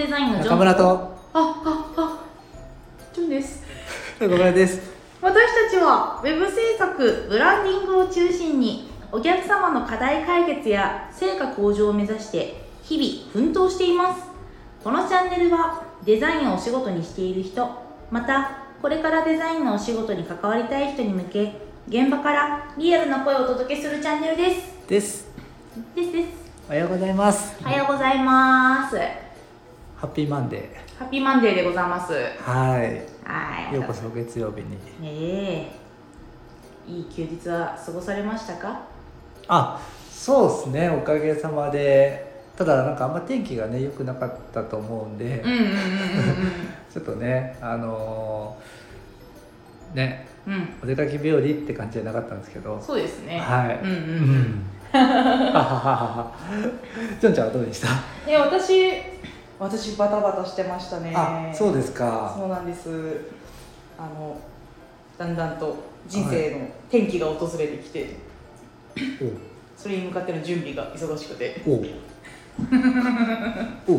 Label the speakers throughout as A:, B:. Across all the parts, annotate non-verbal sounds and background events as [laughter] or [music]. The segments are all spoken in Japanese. A: 村と
B: あああジョンです
A: 小村です
B: 私たちはウェブ制作ブランディングを中心にお客様の課題解決や成果向上を目指して日々奮闘していますこのチャンネルはデザインをお仕事にしている人またこれからデザインのお仕事に関わりたい人に向け現場からリアルな声をお届けするチャンネルです
A: です
B: ですです
A: おはようございます
B: おはようございます
A: ハッピーマンデ
B: ハッピーマンデーでございます
A: ーは
B: はい
A: いようこそ月曜日に
B: ねえいい休日は過ごされましたか
A: あそうですねおかげさまでただなんかあんま天気がね良くなかったと思うんで、
B: うんうんうん
A: ちょっとねあのーね
B: うんうん、
A: お出かけ日和って感じじゃなかったんですけど
B: [laughs] うん、そうですね
A: はい
B: うんうん、
A: うジョンちゃんはどうでした
B: え私私バタバタしてましたね
A: あそうですか
B: そうなんですあのだんだんと人生の転機が訪れてきて、それに向かっての準備が忙しくて
A: おお
B: [laughs]
A: お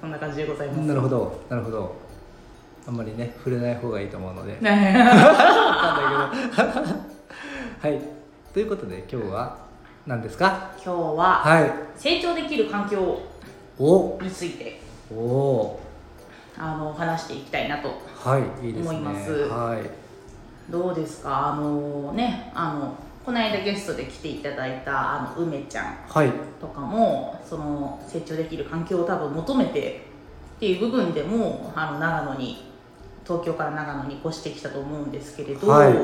B: こんな感じでございます
A: なるほどなるほどあんまりね触れない方がいいと思う
B: [laughs]
A: のでわかんないけど [laughs] はいということで今日は何ですか
B: [laughs] 今日は
A: はい
B: 成長できる環境
A: お
B: について
A: おお
B: あの話していきたいなと
A: はいいいですね
B: 思います
A: はい
B: どうですかあのねあのこの間ゲストで来ていただいたあの梅ちゃん
A: はい
B: とかもその成長できる環境を多分求めてっていう部分でもあの長野に東京から長野に越してきたと思うんですけれど、
A: はい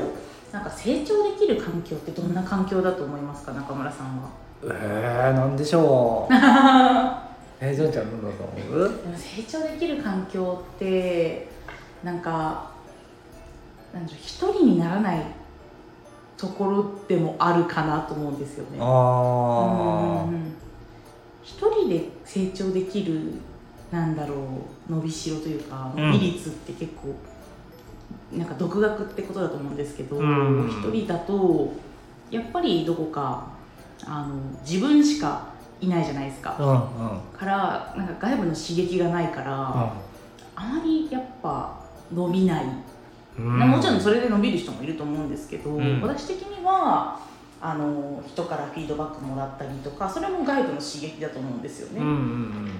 B: なんか成長できる環境ってどんな環境だと思いますか中村さんは。
A: えー、なんでし
B: [laughs]
A: ょうえー、ジョンちゃん何だと思
B: で
A: う
B: も成長できる環境ってなんかなんでしょう一人にならないところでもあるかなと思うんですよね。
A: あ
B: うんうんうん一人で成長できるなんだろう伸びしろというか
A: うん
B: 比率って結構、なんか独学ってことだと思うんですけど一、
A: うん
B: 人だとやっぱりどこかあの自分しかいないじゃないです
A: あう
B: か。
A: んうんうん
B: からなんか外部の刺激がないから、あまりやっぱ伸びない
A: うん
B: もちろんそれで伸びる人もいると思うんですけど、
A: うん
B: 私的にはあの人からフィードバックもらったりとかそれも外部の刺激だと思うんですよね、
A: うんうん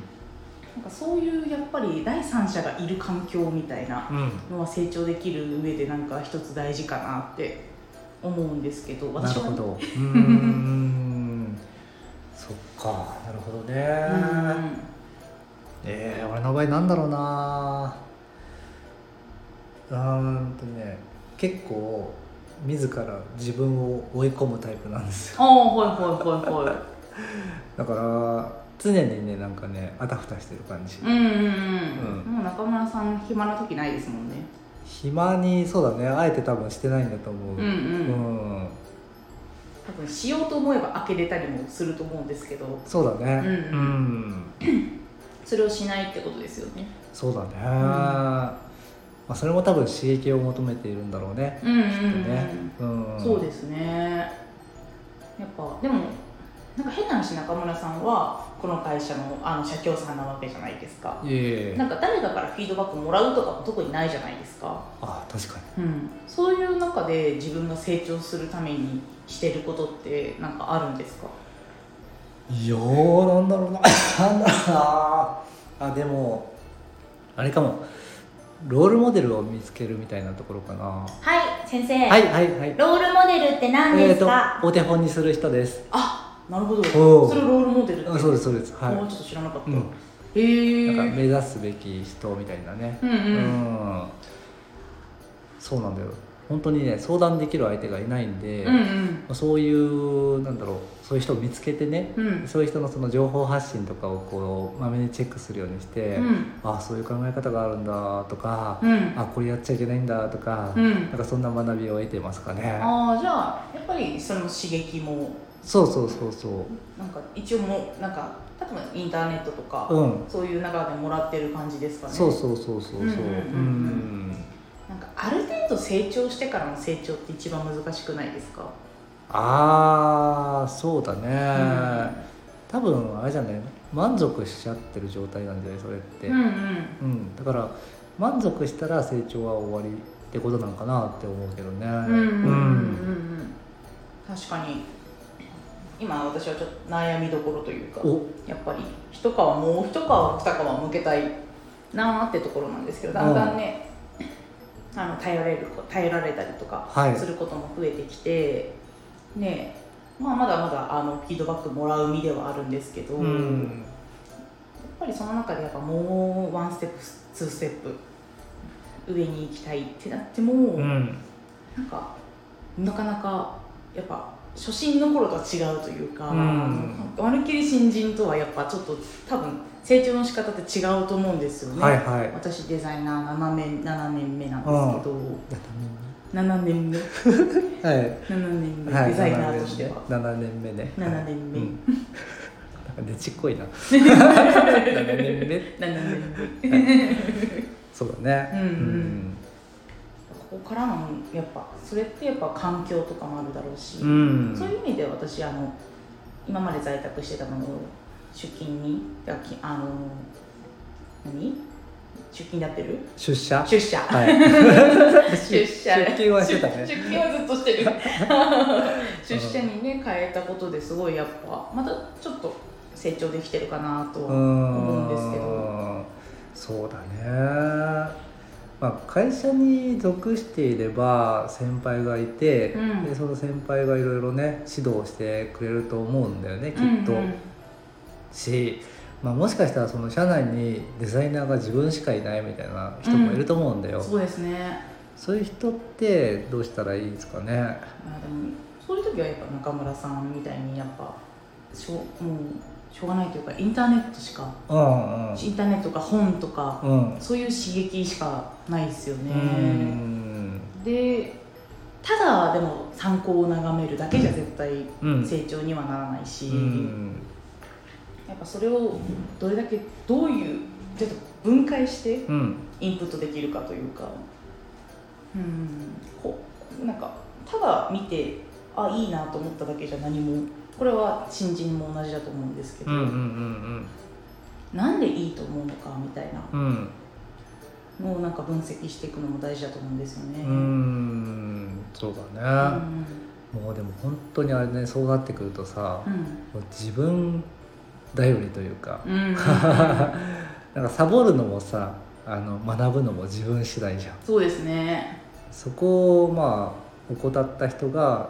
B: なんかそういうやっぱり第三者がいる環境みたいな
A: うんうん
B: のは成長できる上でなんか一つ大事かなって思うんですけど
A: な
B: 私
A: る
B: は
A: ほどうーんそっかなるほどね、えー、俺の場合なんだろうなうーんとね結構自ら自分を追い込むタイプなんですよ
B: ああほいほいほいほい
A: だから常にねなんかねあたふたしてる感じ
B: うんうん
A: うん
B: うんもう中村さん暇な時ないですもんね
A: 暇にそうだねあえて多分してないんだと思
B: う
A: う
B: んうん
A: うん、
B: 多分しようと思えば開けれたりもすると思うんですけど
A: そうだね
B: うん
A: うん
B: それをしないってことですよね
A: そうだね、まあ、それも多分刺激を求めているんだろうね
B: うんうんうん、
A: きっとね、うん
B: そうですねやっぱでもなんか変な話中村さんはこの会社のあの社長さんなわけじゃないですか
A: いえいえ
B: なんか誰かからフィードバックもらうとかも特にないじゃないですか、
A: あ確かに
B: うん、そういう中で自分が成長するためにしてることってなんかあるんですか
A: いやーなんだろうななんだろうなあでもあれかもロールモデルを見つけるみたいなところかなは
B: はい先生、
A: いはいはい
B: ロールモデルって何
A: えっ、とお手本にする人です
B: あなるほど
A: おう
B: それをロールモデルって
A: あそうですそうですは
B: もう
A: い
B: ちょっと知らなかった、
A: う
B: へ
A: ん
B: え
A: なんか目指すべき人みたいなね
B: うん
A: う
B: うん
A: ん、そうなんだよ本当にね相談できる相手がいないんで、
B: うん
A: まあそういうなんだろうそういう人を見つけてね、
B: うんうん
A: そういう人のその情報発信とかをこうまめにチェックするようにして、
B: うん
A: あそういう考え方があるんだとか、
B: うん
A: あこれやっちゃいけないんだとか、
B: うん
A: なんかそんな学びを得てますかね。
B: ああじゃあやっぱりその刺激も
A: そうそうそうそ
B: なんか一応もうなんか例えばインターネットとか、
A: う。うん。
B: そういう中でもらってる感じですかね
A: そうそうそうそうそう。う
B: うんうんうん
A: ん。
B: なんかある程度成長してからの成長って一番難しくないですか
A: ああそうだね。
B: うん
A: 多分あれじゃない満足しちゃってる状態なんじゃないそれって、
B: うんうん
A: うんだから満足したら成長は終わりってことなんかなって思うけどね
B: う
A: う
B: んうんうんうん
A: ん
B: うん確かに今私はちょっと悩みどころというか
A: お
B: やっぱり一皮もう一皮二皮向けたいなーってところなんですけどだんだんね、あの頼れる頼られたりとか
A: はい
B: することも増えてきて、ねまあ、まだまだあのフィードバックもらう身ではあるんですけど、やっ
A: ん
B: ぱりその中でやっぱもうワンステップツーステップ上に行きたいってなっても、
A: うん
B: なんかなかなかやっぱ初心の頃とは違うというか、
A: うん
B: まるっきり新人とはやっぱちょっと多分成長の仕方って違うと思うんですよね、
A: はいはい
B: 私デザイナー7年 ,7 年目なんですけど、7年目
A: はい
B: 7年目、
A: はい
B: デザイナーとしては
A: 7年目ね
B: 7年目、
A: うんなんかねちっこいな7
B: [laughs]
A: 年目
B: 7年目
A: そうだね
B: うんうんここからのやっぱそれってやっぱ環境とかもあるだろうし、
A: うん
B: そういう意味で私あの今まで在宅してたのを出勤にあきあの何出勤になってる
A: 出社
B: 出社
A: はい [laughs]
B: 出社
A: 出勤はしてたね
B: 出出勤はずっとして
A: [laughs]
B: る出社にね変えたことですごいやっぱまたちょっと成長できてるかなとは思うんですけど
A: そうだね、まあ、会社に属していれば先輩がいて、
B: うん
A: でその先輩がいろいろね指導してくれると思うんだよねきっと、
B: うんうん
A: し、まあ、もしかしたらその社内にデザイナーが自分しかいないみたいな人もいると思うんだよ、
B: そうですね
A: そういう人ってどうしたらいいですかね
B: まあでもそういう時はやっぱ中村さんみたいにやっぱしょうもうしょうがないというかインターネットしか
A: うんうん
B: インターネットか本とか、
A: うん
B: そういう刺激しかないですよ
A: う
B: ね、
A: ん
B: でただでも参考を眺めるだけじゃ絶対
A: うん
B: 成長にはならないし、
A: うん
B: やっぱそれをどれだけどういうちょっと分解して
A: うん
B: インプットできるかというかうんこうなんかただ見てあいいなと思っただけじゃ何もこれは新人も同じだと思うんですけ
A: う
B: ど、
A: んうん
B: なんでいいと思うのかみたいな
A: うんうん
B: のをなんか分析していくのも大事だと思うんですよね。
A: うーんそう
B: う
A: だね、
B: ん
A: もうでも本当にあれねそうなってくるとさ、
B: うん
A: もう自分頼りというか、
B: うん
A: なんかサボるのもさあの学ぶのも自分次第じゃん
B: そうですね。
A: そこをまあ怠った人が、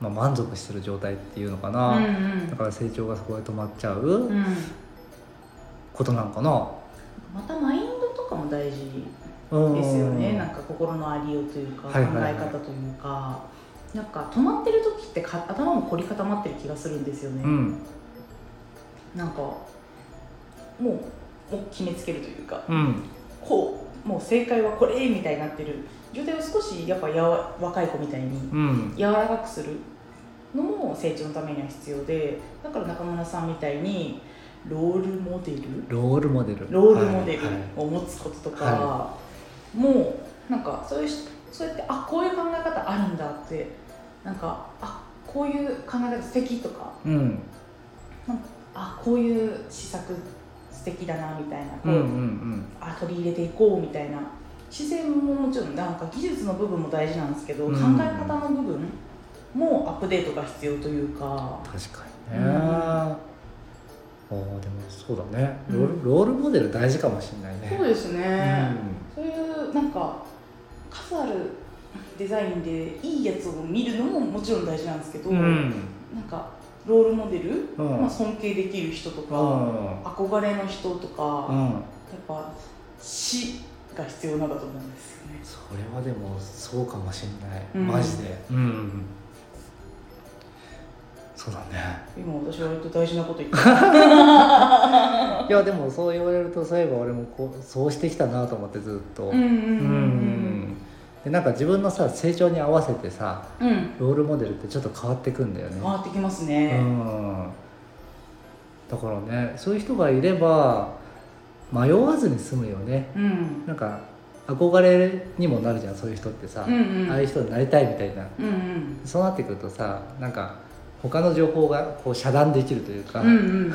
A: まあ、満足してる状態っていうのか
B: う
A: な、
B: ん
A: だから成長がそこで止まっちゃう
B: うんうん、
A: ことなんかな、
B: またマインドとかも大事
A: うん、
B: ですよね。なんか心のありようというか、考
A: はい
B: え
A: はいはい
B: 方というか、なんか止まってる時ってか頭も凝り固まってる気がするんですよね。
A: うん
B: なんかもうもう決めつけるというか、
A: うん
B: こうもう正解はこれみたいになってる状態を少しやっぱやわ若い子みたいに
A: うん
B: 柔らかくするのも成長のためには必要でだから中村さんみたいにロールモデル
A: ロールモデル
B: ロールモデル
A: はいはい
B: を持つこととか、
A: は
B: もうなんかそういうしそうやってあこういう考え方あるんだってなんかあこういう考え方素敵とか
A: うん
B: あこういう施策素敵だなみたいな、こ
A: う
B: うん
A: うんうん
B: あ取り入れていこうみたいな自然ももちろんなんか技術の部分も大事なんですけど、
A: うん
B: 考え方の部分もアップデートが必要というか
A: 確かに
B: う
A: ね、
B: ん
A: ああーでもそうだねロール,、
B: うん
A: ロールモデル大事かもしれないね
B: そうですね、
A: う
B: そういうなんか数あるデザインでいいやつを見るのももちろん大事なんですけど、
A: ん、うん
B: なんかロールモデル、
A: うん
B: まあ、尊敬できる人と
A: う
B: か、
A: ん
B: 憧れの人とか、
A: う
B: やっ
A: ん
B: ぱ死が必要なんだと思うんですよね。
A: それはでもそうかもしれない、
B: うん
A: マジでうんそうだね
B: 今私は割と大事なこと言って
A: [laughs] いやでもそう言われるとそういえば俺もこうそうしてきたなと思ってずっと、
B: うんうん
A: うんうんでなんか自分のさ成長に合わせてさ
B: うんうん
A: ロールモデルってちょっと変わってくんだよね
B: 回ってきます
A: う
B: ね、
A: んだからねそういう人がいれば迷わずに済むよね
B: うん、うん
A: なんか憧れにもなるじゃんそういう人ってさ、
B: うんうん
A: ああいう人になりたいみたいな
B: うんうん
A: そうなってくるとさなんか他の情報がこう遮断できるというか、
B: うんうん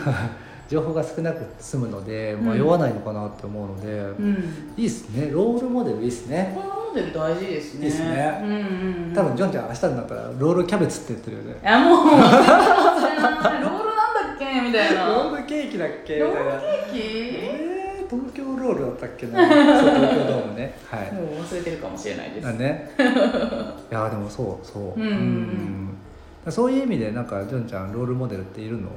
A: 情報が少なく済むので
B: うん
A: 迷わないのかなって思うので、
B: うん
A: いいっすねロールモデルいいっすね
B: このモデル大事ですね
A: いいっすね
B: うんうんうん
A: 多分ジョンちゃん明日になったらロールキャベツって言ってるよね
B: いやもう [laughs] ロールなんだっけみたい
A: [laughs]
B: な
A: ロールケーキだっけみ
B: ロ
A: たい
B: ー
A: な
B: ルケー
A: えー、東京ロールだったっけ [laughs] なそう東京ドームねは
B: キ
A: い
B: もう忘れてるかもしれないです
A: だねいやーでもそうそう
B: うんうんうん
A: うんそういう意味でなんかジョンちゃんロールモデルっているの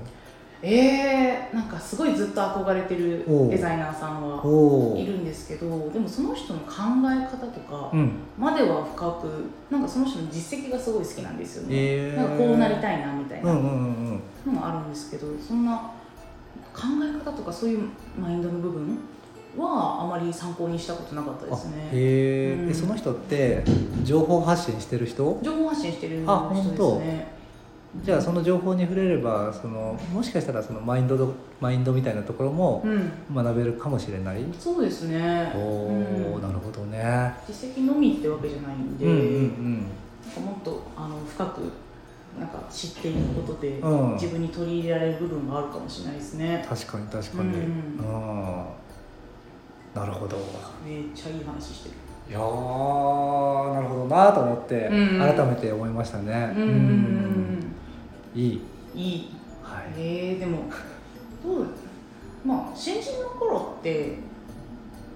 B: えー、なんかすごいずっと憧れてる
A: おう
B: デザイナーさん
A: お
B: は
A: お
B: い
A: ー
B: るんですけどでもその人の考え方とか
A: うん
B: までは深くなんかその人の実績がすごい好きなんですよね、
A: えー
B: なんかこうなりたいなみたいな
A: うんう
B: の
A: んうんうん
B: もあるんですけどそんな考え方とかそういうマインドの部分はあまり参考にしたことなかったです
A: あ
B: ね
A: へえ、
B: うん
A: えその人って情報発信してる人
B: 情報発信してる
A: あ
B: 人
A: 本
B: です
A: 当
B: ね
A: じゃあその情報に触れればそのもしかしたらそのマインドのマインドみたいなところも
B: うん
A: 学べるかもしれない、
B: そうですね
A: おお、
B: うん
A: なるほどね
B: 実績のみってわけじゃないんで、
A: うんうん
B: なんかもっとあの深くなんか知っていくことで、
A: うん
B: 自分に取り入れられる部分があるかもしれないです
A: うん
B: ね
A: 確かに確かに、
B: う
A: うんんなるほど
B: めっちゃいい話してる
A: いやーなるほどなと思って
B: うん
A: 改めて思いましたね
B: うんうん
A: うんいい
B: うんいい
A: はい、
B: えー、でもどうまあ新人の頃って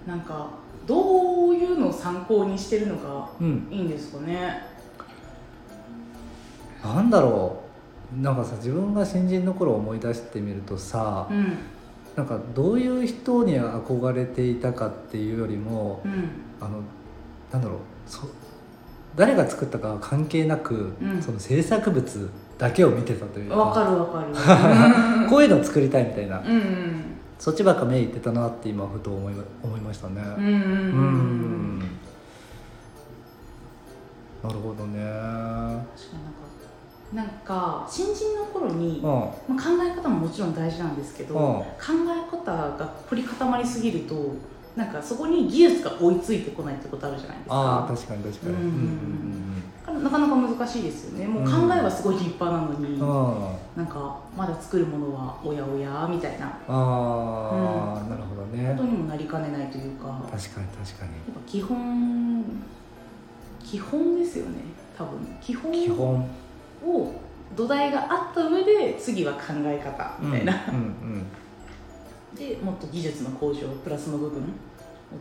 B: なんかどういうのを参考にしてるのが
A: うん
B: いいんですかね
A: なんだろうなんかさ自分が新人の頃を思い出してみるとさ、
B: うん
A: なんかどういう人に憧れていたかっていうよりも
B: うん
A: あのなんだろうそ誰が作ったかは関係なく、
B: うん
A: その制作物だけを見てたという
B: わか
A: か
B: るわかる
A: こういうのを作りたいみたいな、 [laughs]
B: うんうん
A: そっちばっか目いってたなって今ふと思いま思いましたね。
B: うんうんうん
A: う
B: うんん
A: なるほどね。
B: 確かになんかなんか新人の頃に、
A: う
B: まあ、
A: ん
B: 考え方ももちろん大事なんですけど、
A: うん
B: 考え方が凝り固まりすぎるとなんかそこに技術が追いついてこないってことあるじゃないです
A: ああ
B: か
A: 確かに確かに。
B: うん
A: うん
B: なかなか難しいですよねもう考
A: うん
B: えはすごい立派なのに、
A: うんうんうん
B: なんかまだ作るものはおやおやみたいな
A: ああ、なるほどね
B: ことにもなりかねないというかやっぱ
A: 確かに確かに
B: 基本基本ですよね多分基本
A: 基本
B: を土台があった上で次は考え方みたいな、
A: うんうん
B: でもっと技術の向上プラスの部分を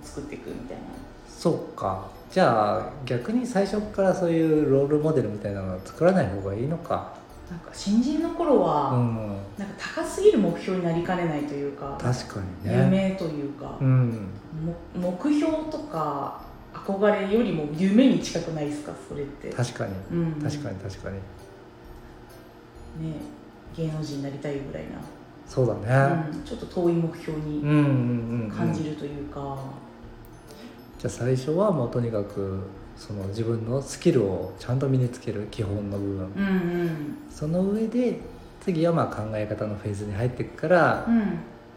B: 作っていくみたいな
A: そうかじゃあ逆に最初からそういうロールモデルみたいなのは作らない方がいいのか
B: なんか新人の頃
A: う
B: は、
A: ん
B: なんか高すぎる目標になりかねないというか
A: 確かにね
B: 夢というか
A: う、ん
B: も目標とか憧れよりも夢に近くないですかそれって、
A: 確かに
B: うん、
A: 確かに確かに
B: にね芸能人になりたいぐらい
A: そうだ
B: な
A: ね、
B: うん、ちょっと遠い目標
A: うん
B: に
A: うんうんうん
B: 感じるというか、
A: じゃあ最初はもうとにかくその自分のスキルをちゃんと身につける基本の部分
B: うんうん
A: その上で次はまあ考え方のフェーズに入っていくから
B: うん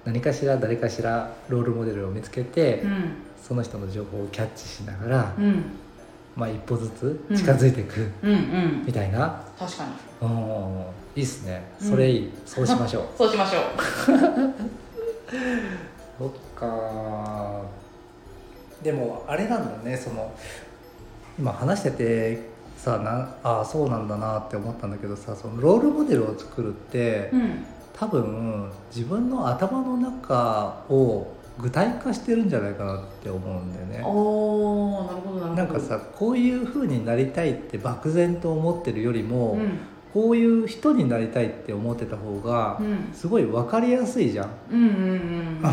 A: 何かしら誰かしらロールモデルを見つけて、
B: うん
A: その人の情報をキャッチしながら、
B: うん
A: まあ、一歩ずつ近づいていく、
B: うんうん
A: みたいな、
B: 確かに
A: うん、いいっすね
B: うん
A: それいい、そうしましょう [laughs]
B: そうしましょう
A: そっかでもあれなんだねその今話しててさなああそうなんだなって思ったんだけどさそのロールモデルを作るって、
B: うん
A: 多分自分の頭の中を具体化してるんじゃないかなって思うんだよね。
B: おーなるほどなるほど
A: なんかさこういう風になりたいって漠然と思ってるよりも、
B: うん
A: こういう人になりたいって思ってた方が
B: うん
A: すごい分かりやすいじゃん。
B: うんうんうん
A: だ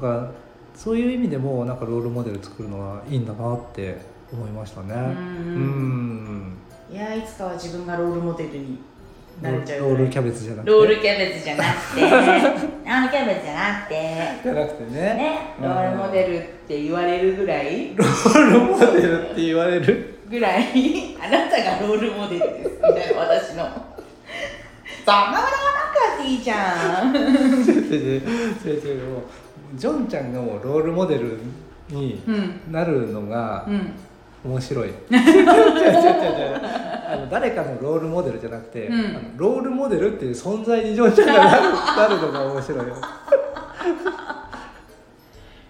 A: からそういう意味でもなんかロールモデル作るのはいいんだなって思いましたね。
B: うん
A: う
B: うん
A: ん
B: いやーいつかは自分がロールモデルに
A: ロ
B: なれちゃう
A: ールキャベツじゃなくて
B: ロールキャベツじゃなくて
A: [laughs]
B: ロールキャベツじゃなくて
A: じゃなくてね
B: ね
A: うん
B: ロールモデルって言われるぐらい
A: ロールモデルって言われる [laughs]
B: ぐらいあなたがロールモデルですみたいな私のそんなものはなくていいじゃん
A: 違う違う違う違う違うもうジョンちゃんがもうロールモデルに
B: うん
A: なるのが
B: うん [laughs]
A: 面白い、違う違う違う違うあの誰かのロールモデルじゃなくて、
B: うん
A: あのロールモデルっていう存在に情緒がなるなるのが面白いよ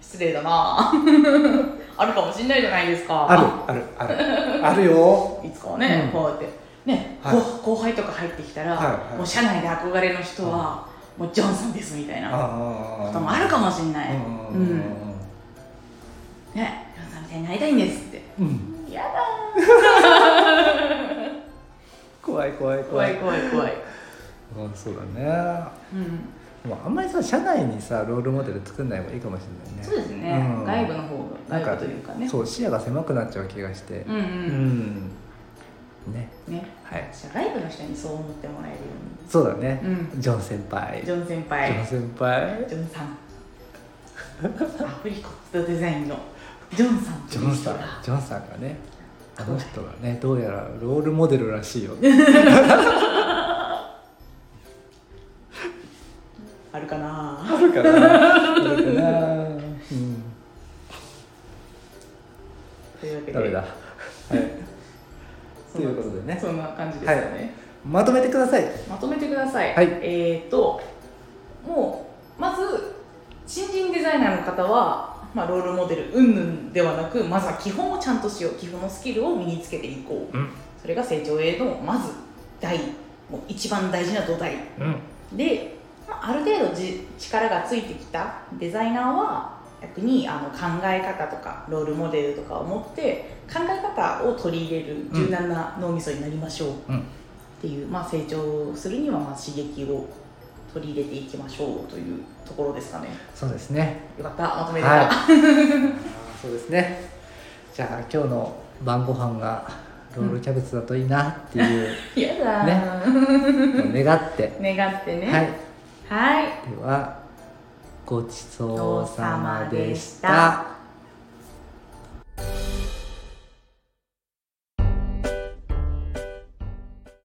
B: 失礼だな [laughs] あるかもしんないじゃないですか
A: あるあるあるあるよ
B: いつかはね、
A: うん
B: こうやってね、
A: はい
B: 後後輩とか入ってきたら、
A: はいはい
B: もう社内で憧れの人は、もうジョンさんですみたいな
A: あ
B: こともあるかもしんない、
A: うん
B: う
A: うんん
B: ねジョンさんみたいになりたいんですって
A: うんうん
B: やだ
A: 怖い怖い
B: ー
A: 怖
B: 怖
A: い
B: い怖い怖い、
A: うんそうだね
B: うん、
A: でもあんまりさ社内にさロールモデル作んない方がいいかもしれないね
B: そうですね、
A: うん
B: 外部の方が外部というかね
A: そう視野が狭くなっちゃう気がして
B: うんう、
A: うんんね
B: ね
A: はい
B: じゃあ外部の人にそう思ってもらえるよ
A: そうだね
B: うに、う
A: ジョン先輩
B: ん、ジョン先輩
A: ジョン先輩
B: ジョンさんアフリコットデザインのジョンさんと
A: ジ
B: い
A: ョ
B: う
A: ン
B: 人
A: さん
B: が
A: ジョンさんがねあの人がねどうやらロールモデルらし [laughs] いよ
B: あるかな
A: あるかなあるかなうん
B: というわけで
A: ダメだ [laughs] はい
B: そんな
A: ということでね
B: そんな感じですよね、
A: まとめてください
B: まとめてください、
A: はい
B: えっ、ともうまず新人デザイナーの方は、まあ、ロールモデル云々ではなくまずは基本をちゃんとしよう基本のスキルを身につけていこう
A: うん
B: それが成長へのまず第もう一番大事な土台
A: うん
B: で、まあ、ある程度じ力がついてきたデザイナーは逆にあの考え方とかロールモデルとかを持って考え方を取り入れる柔軟な脳みそになりましょう
A: うん
B: っていう、まあ、成長するにはまあ刺激を取り入れていきましょうというところですかね
A: そうですね
B: よかったまとめてた、
A: [laughs] はいあーそうですねじゃあ今日の晩ご飯がロールキャベツだといいなっていう
B: [laughs] やだー、
A: のを願って、
B: 願ってね
A: はい
B: はい
A: ではごちそうさまでした。